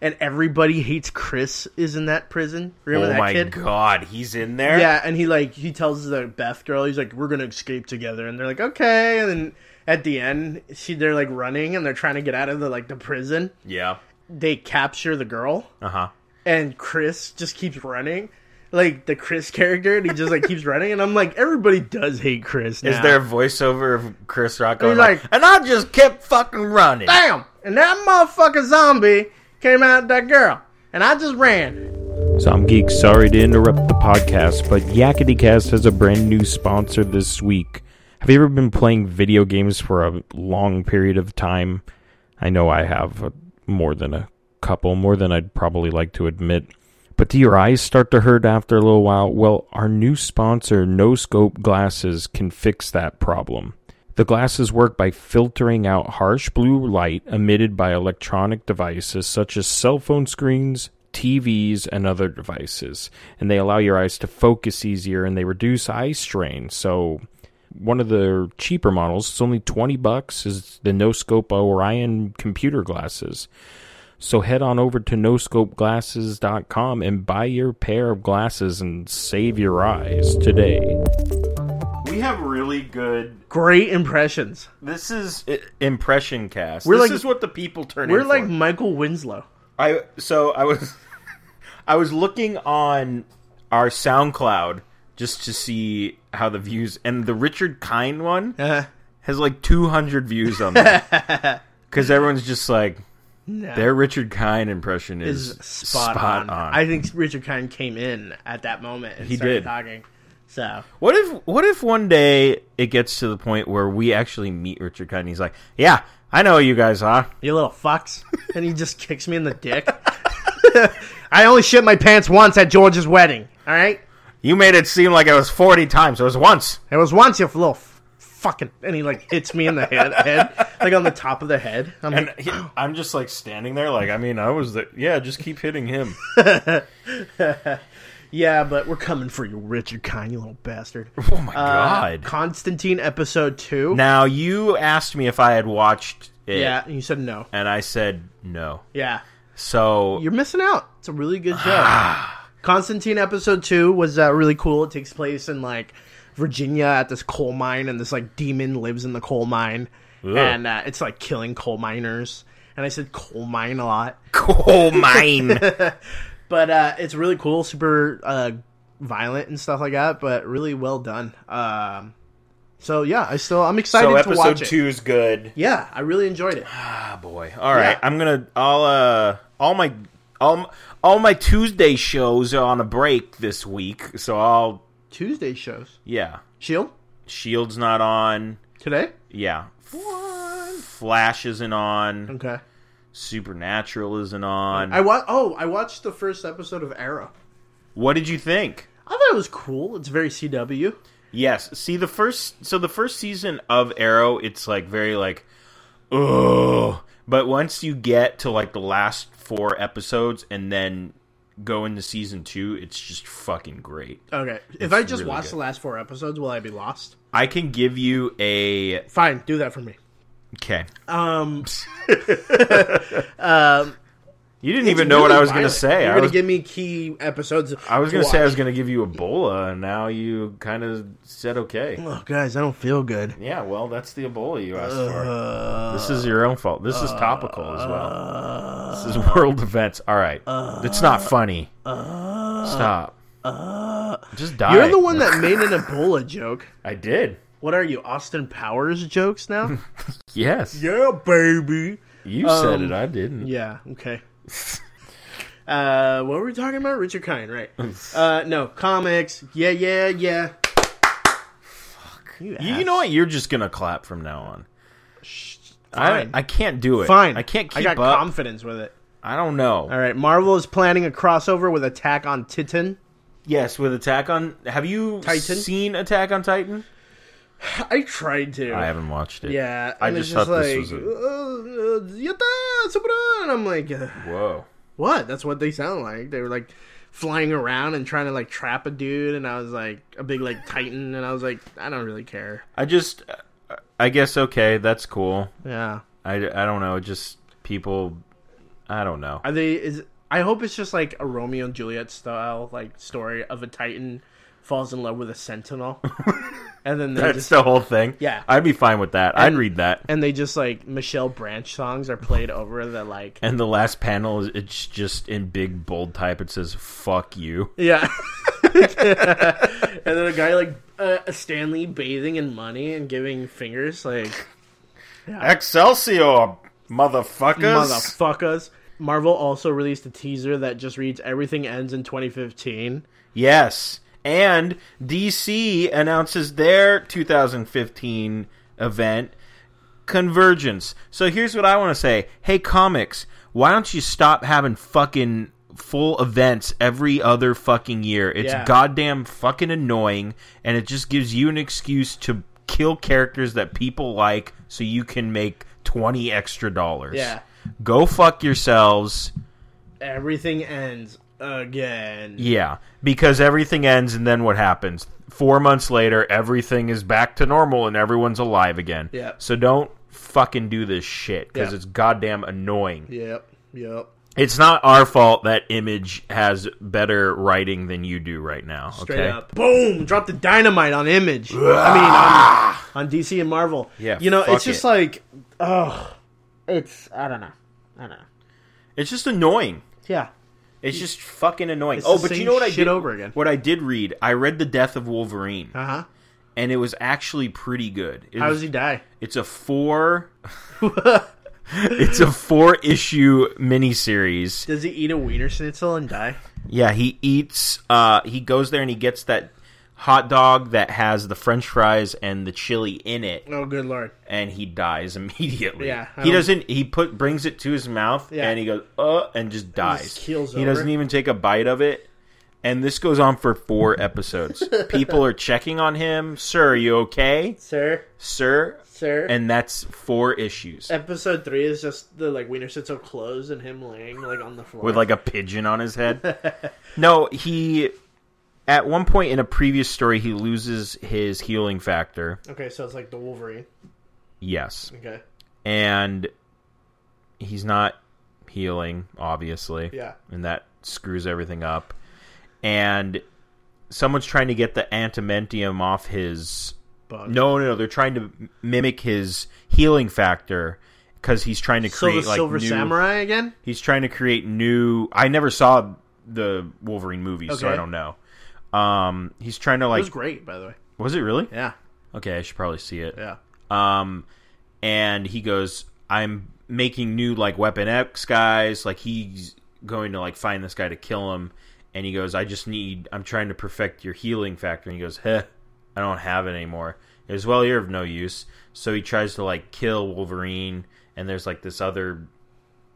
S3: And everybody hates Chris is in that prison. Remember
S1: Oh
S3: that
S1: my
S3: kid?
S1: god, he's in there.
S3: Yeah, and he like he tells the Beth girl, he's like, "We're gonna escape together," and they're like, "Okay." And then at the end, she they're like running and they're trying to get out of the like the prison.
S1: Yeah.
S3: They capture the girl,
S1: Uh huh.
S3: and Chris just keeps running, like the Chris character, and he just like keeps running. And I'm like, everybody does hate Chris. Now.
S1: Is there a voiceover of Chris Rock going
S3: He's
S1: like,
S3: like-
S1: and I just kept fucking running.
S3: Bam! And that motherfucker zombie came out of that girl, and I just ran.
S1: Some Geek, sorry to interrupt the podcast, but YakityCast has a brand new sponsor this week. Have you ever been playing video games for a long period of time? I know I have uh, more than a couple, more than I'd probably like to admit. But do your eyes start to hurt after a little while? Well, our new sponsor, No Scope Glasses, can fix that problem. The glasses work by filtering out harsh blue light emitted by electronic devices such as cell phone screens, TVs, and other devices. And they allow your eyes to focus easier and they reduce eye strain. So, one of the cheaper models, it's only 20 bucks, is the No Scope Orion computer glasses. So head on over to noscopeglasses.com and buy your pair of glasses and save your eyes today. We have really good.
S3: Great impressions.
S1: This is i- impression cast.
S3: We're
S1: this
S3: like-
S1: is what the people turn.
S3: We're
S1: in
S3: like
S1: for.
S3: Michael Winslow.
S1: I. So I was, I was looking on our SoundCloud just to see how the views and the Richard Kind one
S3: Uh,
S1: has like 200 views on that because everyone's just like
S3: no.
S1: their Richard Kind impression is,
S3: is spot, on. I think Richard Kind came in at that moment and
S1: He
S3: started
S1: did.
S3: talking. So
S1: What if what if one day it gets to the point where we actually meet Richard Kind and he's like, Yeah, I know who you guys are.
S3: you little fucks, and he just kicks me in the dick. I only shit my pants once at George's wedding. All right,
S1: You made it seem like it was forty times. It was once.
S3: it was once you little f- fucking, and he like hits me in the head, head like on the top of the head. I'm
S1: And
S3: like,
S1: he, I'm just like standing there like I mean I was the yeah, just keep hitting him.
S3: yeah, but we're coming for you, Richard Kind, you little bastard.
S1: Oh my
S3: Uh,
S1: god.
S3: Constantine episode two.
S1: Now you asked me if I had watched it
S3: yeah, and you said no.
S1: and I said no.
S3: Yeah,
S1: So
S3: You're missing out. It's a really good show.
S1: Ah.
S3: Constantine episode two was uh, really cool. It takes place in like Virginia at this coal mine, and this like demon lives in the coal mine, and uh, it's like killing coal miners. And I said coal mine a lot,
S1: coal oh, mine.
S3: but uh, it's really cool, super uh, violent and stuff like that, but really well done. Um, so yeah, I still I'm excited
S1: so
S3: to watch
S1: episode
S3: it.
S1: two is good.
S3: Yeah, I really enjoyed it.
S1: Ah, boy. All right,
S3: Yeah.
S1: I'm gonna. I'll uh, all my all m- all my Tuesday shows are on a break this week, so I'll
S3: Tuesday shows.
S1: yeah.
S3: Shield
S1: Shield's not on.
S3: today.
S1: Yeah. Flash isn't on.
S3: Okay.
S1: Supernatural isn't on.
S3: I wa- Oh, I watched the first episode of Arrow.
S1: what did you think?
S3: I thought it was cool. It's very CW.
S1: Yes. See the first. So the first season of Arrow, it's like very like, oh. But once you get to like the last four episodes, and then go into season two, it's just fucking great.
S3: Okay. if I just
S1: really
S3: watch
S1: good.
S3: the last four episodes, will I be lost?
S1: I can give you a
S3: Fine, do that for me.
S1: okay.
S3: Um,
S1: You didn't even know what I was going to say.
S3: You're
S1: I
S3: gonna
S1: was,
S3: give me key episodes.
S1: I was
S3: to
S1: going to say I
S3: watch.
S1: was going to give you Ebola, and now you kind of said okay.
S3: Oh, guys, I don't feel good.
S1: Yeah, well, that's the Ebola you asked
S3: Uh,
S1: for. This is your own fault. This is topical as well. This
S3: Uh,
S1: is world events. All right, it's not funny. Stop. Just die.
S3: uh, You're the one that made an Ebola joke.
S1: I did.
S3: What are you, Austin Powers jokes now?
S1: Yes,
S3: yeah, baby.
S1: you said
S3: Um,
S1: it. I didn't.
S3: Yeah. Okay. uh, what were we talking about? Richard Kind, right? Uh, no comics. Yeah, yeah, yeah. Fuck. You,
S1: You know what? You're just gonna clap from now on. I,
S3: Fine.
S1: I can't do it.
S3: Fine.
S1: I can't keep
S3: I got
S1: up.
S3: confidence with it.
S1: I don't know.
S3: All right. Marvel is planning a crossover with Attack on Titan.
S1: Yes, with Attack on. Have you
S3: Titan?
S1: seen Attack on Titan?
S3: I tried to.
S1: I haven't watched it.
S3: Yeah.
S1: I
S3: and
S1: just
S3: it's
S1: thought
S3: like,
S1: this was a-
S3: "Uh, uh, yata, sabra," And I'm like, uh, "Ugh,
S1: Whoa.
S3: what? That's what they sound like. They were like flying around and trying to like trap a dude. And I was like, a big like Titan. And I was like, I don't really care.
S1: I just. I guess okay. That's cool.
S3: Yeah.
S1: I, I don't know. Just people. I don't know.
S3: Are they? Is I hope it's just like a Romeo and Juliet style like story of a Titan falls in love with a Sentinel, and then they
S1: That's
S3: just
S1: the whole thing.
S3: Yeah.
S1: I'd be fine with that. I'd read that.
S3: and they just like Michelle Branch songs are played over the like
S1: And the last panel is it's just in big bold type. It says "fuck you."
S3: yeah, and then a guy like uh, Stanley bathing in money and giving fingers like
S1: Excelsior, motherfuckers!
S3: motherfuckers. Marvel also released a teaser that just reads everything ends in 2015.
S1: yes, and DC announces their 2015 event convergence. So here's what I want to say: Hey, comics, why don't you stop having fucking full events every other fucking year? It's
S3: Yeah.
S1: goddamn fucking annoying, and it just gives you an excuse to kill characters that people like, so you can make twenty extra dollars.
S3: Yeah.
S1: Go fuck yourselves.
S3: Everything ends again.
S1: Yeah, because everything ends, and then what happens? Four months later, everything is back to normal, and everyone's alive again.
S3: Yeah.
S1: So don't fucking do this shit because
S3: Yeah.
S1: it's goddamn annoying.
S3: Yep. Yep.
S1: It's not our fault that Image has better writing than you do right now.
S3: Straight
S1: okay?
S3: up. Boom! Drop the dynamite on Image. I mean, on, on DC and Marvel.
S1: Yeah,
S3: You know,
S1: fuck
S3: it's just
S1: it.
S3: like, oh, it's, I don't know. I don't know.
S1: It's just annoying.
S3: Yeah.
S1: It's just fucking annoying.
S3: It's
S1: oh,
S3: the
S1: but you
S3: same
S1: know what I
S3: shit
S1: did
S3: over again.
S1: What I did read, I read the Death of Wolverine,
S3: Uh huh.
S1: and it was actually pretty good. It
S3: How
S1: was-
S3: does he die?
S1: It's a four. it's a four issue miniseries.
S3: Does he eat a wiener schnitzel and die?
S1: Yeah, he eats. Uh, he goes there and he gets that hot dog that has the French fries and the chili in it,
S3: Oh, good lord.
S1: and he dies immediately.
S3: Yeah, I
S1: he
S3: don't-
S1: doesn't. He put brings it to his mouth,
S3: Yeah.
S1: and he goes uh, and just dies.
S3: keels
S1: he doesn't
S3: over.
S1: even take a bite of it. And this goes on for four episodes. People are checking on him. Sir, are you okay?
S3: Sir,
S1: Sir.
S3: sir.
S1: And that's four issues.
S3: Episode three is just the like wiener schnitzel clothes and him laying like on the floor
S1: with like a pigeon on his head. no, he at one point in a previous story he loses his healing factor.
S3: okay, so it's like the Wolverine.
S1: Yes.
S3: Okay,
S1: And he's not healing, obviously.
S3: yeah,
S1: And that screws everything up. And someone's trying to get the antimentium off his
S3: bug.
S1: No, no, no. They're trying to m- mimic his healing factor cuz he's trying to
S3: so the
S1: create like
S3: Silver
S1: new
S3: Samurai again.
S1: He's trying to create new. I never saw the Wolverine movies, so
S3: Okay.
S1: I don't know. Um, he's trying to
S3: It
S1: like.
S3: was
S1: Was,
S3: great, by the way.
S1: it really?
S3: Yeah,
S1: Okay, I should probably see it.
S3: yeah.
S1: Um, and he goes, "I'm making new like Weapon X guys. Like he's going to like find this guy to kill him." And he goes, "I just need. I'm trying to perfect your healing factor." And he goes, "Heh, I don't have it anymore." He goes, "Well, you're of no use." So he tries to like kill Wolverine, and there's like this other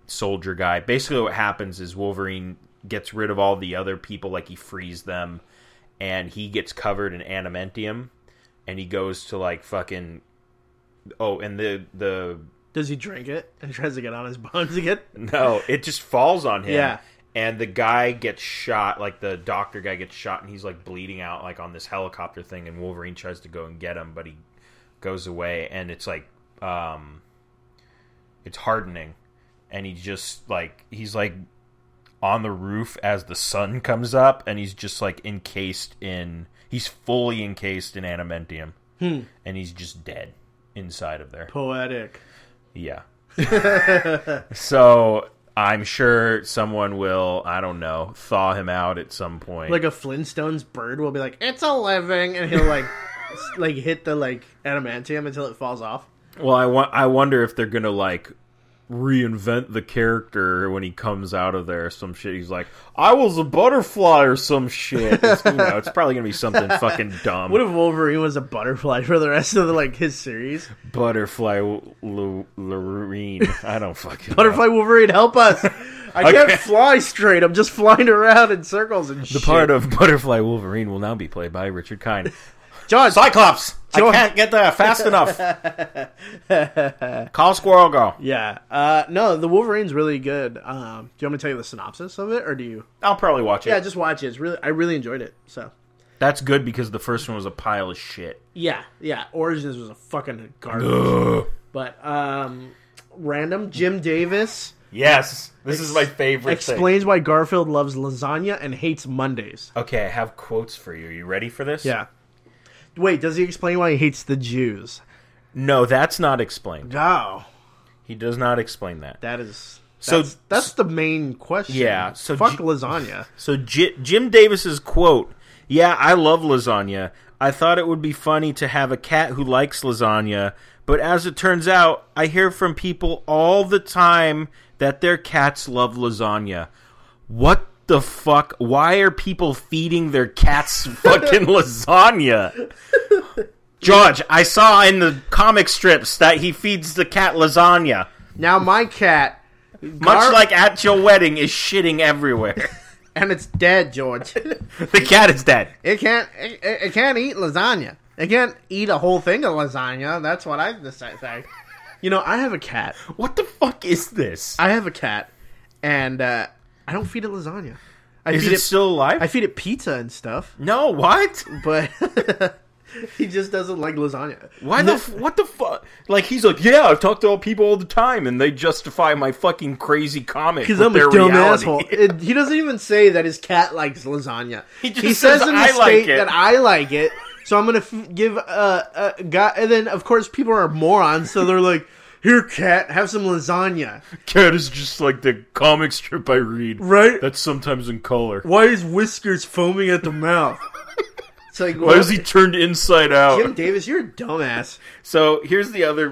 S1: soldier guy. Basically, what happens is Wolverine gets rid of all the other people, like he frees them, and he gets covered in animentium, and he goes to like fucking. Oh, and the the
S3: Does he drink it and tries to get on his buns again?
S1: no, it just falls on him.
S3: Yeah.
S1: And the guy gets shot, like the doctor guy gets shot, and he's like bleeding out, like on this helicopter thing. And Wolverine tries to go and get him, but he goes away, and it's like, um, it's hardening, and he just like he's like on the roof as the sun comes up, and he's just like encased in, he's fully encased in adamantium, and he's just dead inside of there.
S3: Poetic.
S1: Yeah. so I'm sure someone will, I don't know, thaw him out at some point.
S3: Like a Flintstones bird will be like, "It's a living," and he'll like, s- like hit the like adamantium until it falls off.
S1: well, I want I wonder if they're going to like reinvent the character when he comes out of there. Some shit. He's like, I was a butterfly or some shit. It's, you know, it's probably gonna be something fucking dumb.
S3: What if Wolverine was a butterfly for the rest of the, like his series?
S1: butterfly L- Lorraine? I don't fucking know.
S3: Butterfly Wolverine, help us! I can't
S1: Okay.
S3: fly straight. I'm just flying around in circles and
S1: The
S3: shit.
S1: part of Butterfly Wolverine will now be played by Richard Kind.
S3: John,
S1: Cyclops!
S3: George-
S1: I can't get there fast enough. Call Squirrel Girl.
S3: Yeah. Uh, no, the Wolverine's really good. Um, do you want me to tell you the synopsis of it, or do you?
S1: I'll probably watch it.
S3: Yeah, just watch it. It's really, I really enjoyed it. So.
S1: That's good because the first one was a pile of shit.
S3: Yeah, yeah. Origins was a fucking garbage.
S1: Ugh.
S3: But um, random Jim Davis
S1: Yes, this is my favorite thing.
S3: explains why Garfield loves lasagna and hates Mondays.
S1: Okay, I have quotes for you. Are you ready for this?
S3: Yeah. Wait, does he explain why he hates the Jews?
S1: No, that's not explained.
S3: Wow,
S1: He does not explain that.
S3: that is
S1: So-
S3: that's, that's the main question.
S1: Yeah, so
S3: fuck
S1: J-
S3: lasagna.
S1: So J- Jim Davis's quote, "Yeah, I love lasagna. I thought it would be funny to have a cat who likes lasagna, but as it turns out, I hear from people all the time that their cats love lasagna. What the fuck? Why are people feeding their cats fucking lasagna?" George, I saw in the comic strips that he feeds the cat lasagna.
S3: Now my cat,
S1: Much
S3: Gar-
S1: like at your wedding is shitting everywhere.
S3: and it's dead, George.
S1: the cat is dead.
S3: It can't. It, it it can't eat lasagna. It can't eat a whole thing of lasagna. That's what I decide. You know, I have a cat.
S1: What the fuck is this?
S3: I have a cat, and uh, I don't feed it lasagna. I
S1: Is
S3: feed
S1: it, still alive?
S3: I feed it pizza and stuff,
S1: no, what?
S3: but he just doesn't like lasagna.
S1: Why the f- what the fuck? Like he's like, yeah, I've talked to all people all the time, and they justify my fucking crazy comment
S3: Because
S1: with
S3: I'm a
S1: their
S3: dumb
S1: reality.
S3: asshole. It- he doesn't even say that his cat likes lasagna. He,
S1: just
S3: says,
S1: says,
S3: in the
S1: "I like
S3: state
S1: it."
S3: that I like it, so I'm gonna f- give uh, a guy. And then of course people are morons, so they're like, "Here, cat, have some lasagna."
S1: Cat is just like the comic strip I read,
S3: Right.
S1: That's sometimes in color.
S3: Why is Whiskers foaming at the mouth? It's like,
S1: Why is he turned inside out?
S3: Jim Davis, you're a dumbass.
S1: So here's the other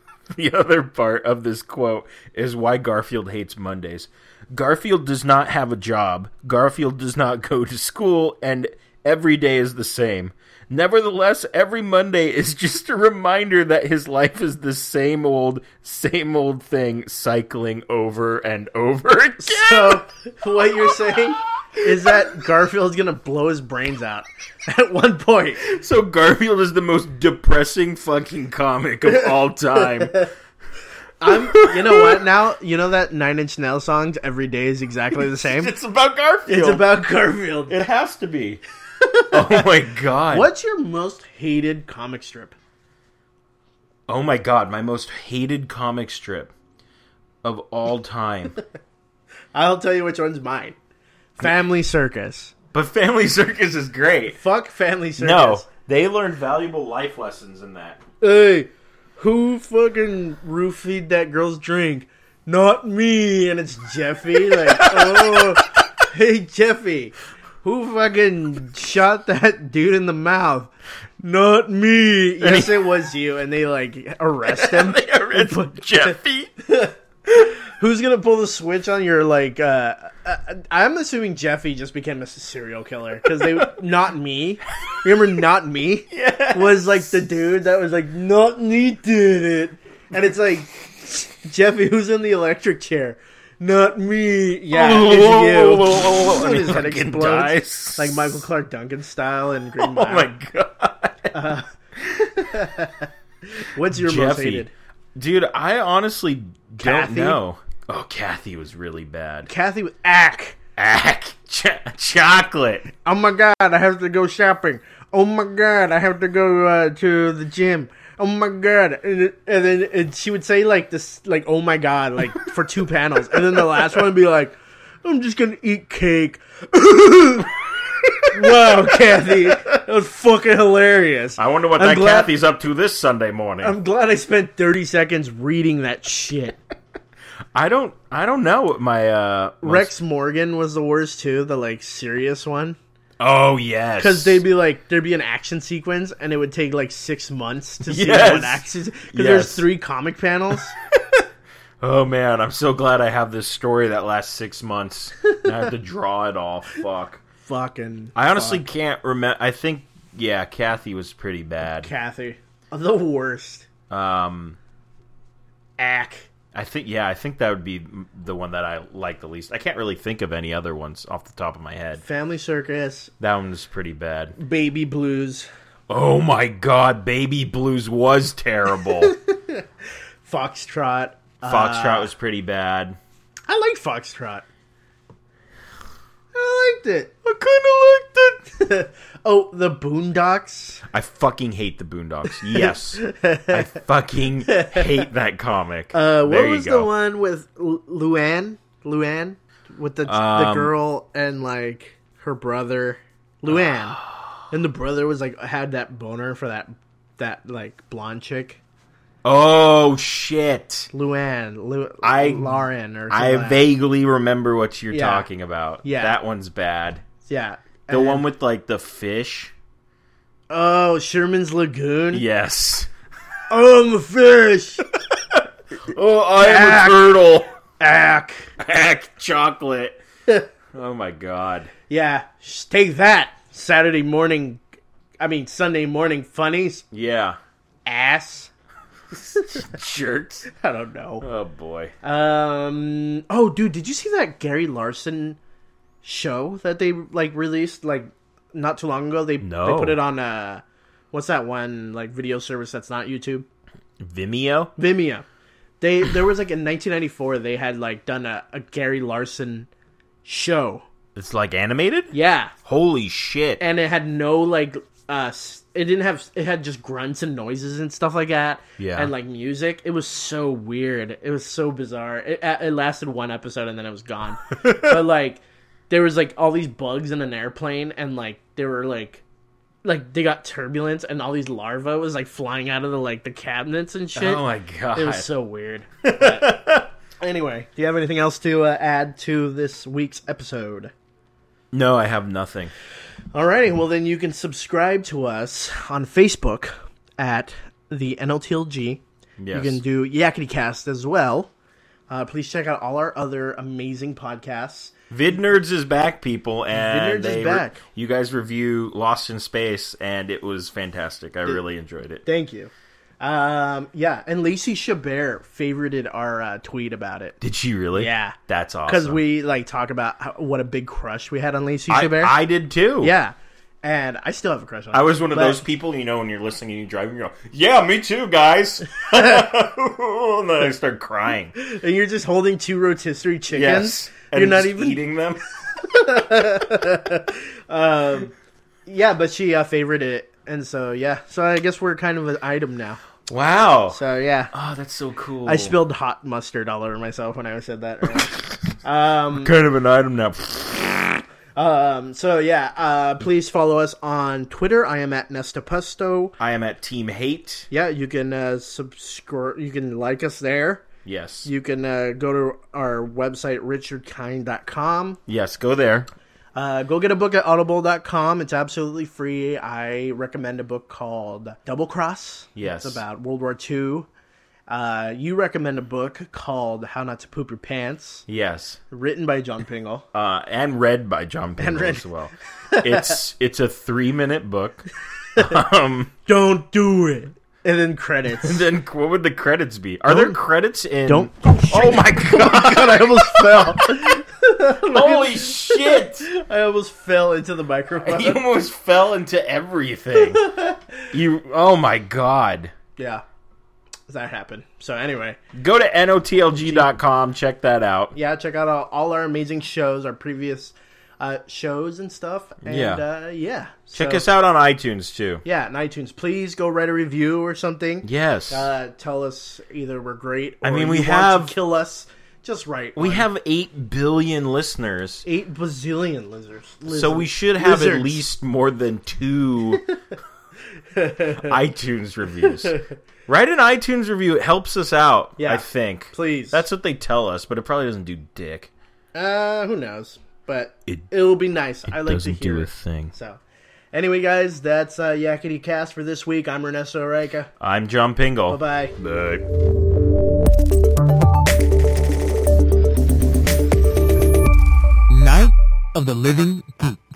S1: the, other part of this quote is why Garfield hates Mondays. Garfield does not have a job. Garfield does not go to school and every day is the same. Nevertheless, every Monday is just a reminder that his life is the same old same old thing cycling over and over again.
S3: So what you're saying is that Garfield's gonna blow his brains out at one point.
S1: So Garfield is the most depressing fucking comic of all time.
S3: I'm, you know what? Now you know that Nine Inch Nail songs every day is exactly the same.
S1: it's about Garfield.
S3: It's about Garfield.
S1: It has to be. oh my god.
S3: What's your most hated comic strip?
S1: Oh my god, my most hated comic strip of all time.
S3: I'll tell you which one's mine. Family Circus.
S1: but Family Circus is great.
S3: Fuck Family
S1: No,
S3: Circus.
S1: they learned valuable life lessons in that.
S3: Hey, who fucking roofied that girl's drink? Not me. And it's Jeffy. Like, oh, hey Jeffy, who fucking shot that dude in the mouth? Not me. Yes, it was you. And they like arrest him.
S1: They arrested Jeffy.
S3: Who's gonna pull the switch on your like? Uh, uh, I'm assuming Jeffy just became a serial killer because they not me. Remember, not me was like the dude that was like, not me did it, and it's like Jeffy, who's in the electric chair, not me. Yeah, it's you.
S1: And he
S3: His head
S1: fucking
S3: explodes.
S1: dies.
S3: Like Michael Clark Duncan style and Green
S1: Oh
S3: Mile.
S1: my god.
S3: What's your most
S1: Jeffy.
S3: hated?
S1: Dude, I honestly
S3: Kathy?
S1: don't know. Oh, Kathy was really bad.
S3: Kathy with Ack.
S1: Ack. Ch- chocolate.
S3: Oh my god, I have to go shopping. Oh my god, I have to go uh, to the gym. Oh my god, and, it- and then and she would say like this, like oh my god, like for two panels, and then the last one would be like, I'm just gonna eat cake. wow, Kathy, that was fucking hilarious.
S1: I wonder what
S3: I'm
S1: that
S3: glad-
S1: Kathy's up to this Sunday morning.
S3: I'm glad I spent 30 seconds reading that shit.
S1: I don't. I don't know what my uh, most-
S3: Rex Morgan was the worst too, the like serious one.
S1: Oh yes,
S3: Because they'd be like, there'd be an action sequence, and it would take like six months to see
S1: Yes.
S3: one action. Because there's
S1: Yes.
S3: three comic panels,
S1: oh man, I'm so glad I have this story that lasts six months. I have to draw it all. Fuck.
S3: Fucking
S1: I honestly can't remember. I think yeah, Kathy was pretty bad.
S3: Kathy, the worst.
S1: Um,
S3: Ack.
S1: I think yeah, I think that would be m- the one that I like the least. I can't really think of any other ones off the top of my head.
S3: Family Circus,
S1: That one's pretty bad.
S3: Baby Blues,
S1: Oh my god, Baby Blues was terrible.
S3: Foxtrot. Ah.
S1: Foxtrot was pretty bad.
S3: I liked Foxtrot. I liked it.
S1: I kind of liked it.
S3: oh, the Boondocks.
S1: I fucking hate the Boondocks. Yes, I fucking hate that comic.
S3: Uh, what
S1: there you
S3: was
S1: go.
S3: the one with Lu- Luann? Luann with the the
S1: Um,
S3: girl and like her brother, Luann, and the brother was like had that boner for that that like blonde chick,
S1: Oh shit!
S3: Luann, Lu-
S1: I-
S3: Lauren or something
S1: I
S3: like that.
S1: vaguely remember what you're
S3: Yeah.
S1: talking about.
S3: Yeah.
S1: that one's bad.
S3: yeah
S1: The
S3: And-
S1: one with like the fish.
S3: oh Sherman's Lagoon
S1: Yes.
S3: oh I'm a fish
S1: Oh, I
S3: Ack.
S1: am a turtle.
S3: ack
S1: Ack chocolate. oh my god.
S3: yeah sh- take that Saturday morning I mean Sunday morning funnies
S1: Yeah.
S3: ass
S1: Jerks.
S3: I don't know
S1: Oh boy.
S3: Um. Oh, dude, did you see that Gary Larson show that they like released like not too long ago? They
S1: No.
S3: they put it on uh, what's that one like video service that's not YouTube?
S1: Vimeo?
S3: Vimeo. They there was like in 1994 they had like done a, a Gary Larson show.
S1: It's like animated?
S3: Yeah,
S1: Holy shit.
S3: and it had no like uh s- it didn't have it had just grunts and noises and stuff like that
S1: Yeah.
S3: and like music it was so weird it was so bizarre it, uh, it lasted one episode and then it was gone but like there was like all these bugs in an airplane and like they were like like they got turbulence and all these larvae was like flying out of the like the cabinets and shit
S1: oh my god.
S3: it was so weird But- anyway do you have anything else to uh, add to this week's episode
S1: no, I have nothing.
S3: Alrighty, well then you can subscribe to us on Facebook at the NLTLG.
S1: Yes.
S3: You can do Yakety Cast as well. Uh, please check out all our other amazing podcasts.
S1: Vid Nerds is back, people,
S3: Vid
S1: and
S3: Nerds is
S1: they
S3: back.
S1: you guys review Lost in Space, and it was fantastic. I really enjoyed it.
S3: Thank you. Um, yeah, and Lacey Chabert favorited our uh, tweet about it
S1: Did she really?
S3: Yeah.
S1: that's awesome.
S3: because we like talk about how, what a big crush we had on Lacey
S1: I,
S3: Chabert.
S1: I did too.
S3: yeah, and I still have a crush on.
S1: I
S3: her.
S1: was one of
S3: But-
S1: those people, you know, when you're listening and you're driving, you go, "Yeah, me too, guys," and then I start crying.
S3: and you're just holding two rotisserie chickens.
S1: Yes, and
S3: you're not
S1: just
S3: even
S1: eating them.
S3: Yeah, but she uh, favored it, and so yeah. So I guess we're kind of an item now.
S1: Wow.
S3: So yeah,
S1: oh, that's so cool.
S3: I spilled hot mustard all over myself when I said that. earlier.
S1: kind of an item now.
S3: um, so yeah, uh, please follow us on Twitter. I am at Nestapusto.
S1: I am at Team Hate.
S3: Yeah, you can uh, subscribe. You can like us there.
S1: Yes.
S3: You can uh, go to our website richardkind.com.
S1: yes. Go there.
S3: Uh, go get a book at audible.com. It's absolutely free. I recommend a book called Double Cross.
S1: Yes.
S3: It's about World War II. Uh, you recommend a book called How Not to Poop Your Pants,
S1: Yes.
S3: written by John Pingle.
S1: uh, and read by John Pingle
S3: read-
S1: as well. It's it's a three minute book. um,
S3: Don't do it. And then credits.
S1: then what would the credits be? Are there credits in?
S3: Don't-
S1: Oh my god!
S3: God, I almost fell.
S1: Holy shit!
S3: I almost fell into the
S1: You
S3: microphone.
S1: almost fell into everything. You. Oh my god.
S3: yeah. That happened. So, anyway.
S1: Go to notlg.com. Check that out.
S3: yeah, check out all, all our amazing shows, our previous uh, shows and stuff. And
S1: Yeah.
S3: uh, yeah.
S1: Check
S3: So-
S1: us out on iTunes too.
S3: Yeah, and iTunes. Please go write a review or something.
S1: Yes.
S3: Uh, tell us either we're great. Or I
S1: mean,
S3: mean,
S1: we
S3: we
S1: have-
S3: to kill us. Just write.
S1: we
S3: one.
S1: have eight billion listeners.
S3: eight bazillion lizards.
S1: So we should have at
S3: Lizards.
S1: least more than two iTunes reviews. Write an iTunes review; it helps us out.
S3: Yeah.
S1: I think
S3: please.
S1: that's what they tell us, but it probably doesn't do dick.
S3: uh, who knows, but
S1: It-
S3: it, will be nice. I like to
S1: doesn't
S3: hear
S1: do a
S3: it.
S1: thing.
S3: So, anyway, guys, that's uh, Yakety Cast for this week. I'm Ernesto Oreca.
S1: I'm John Pingle.
S3: Bye bye.
S1: Bye.
S2: of the living poop.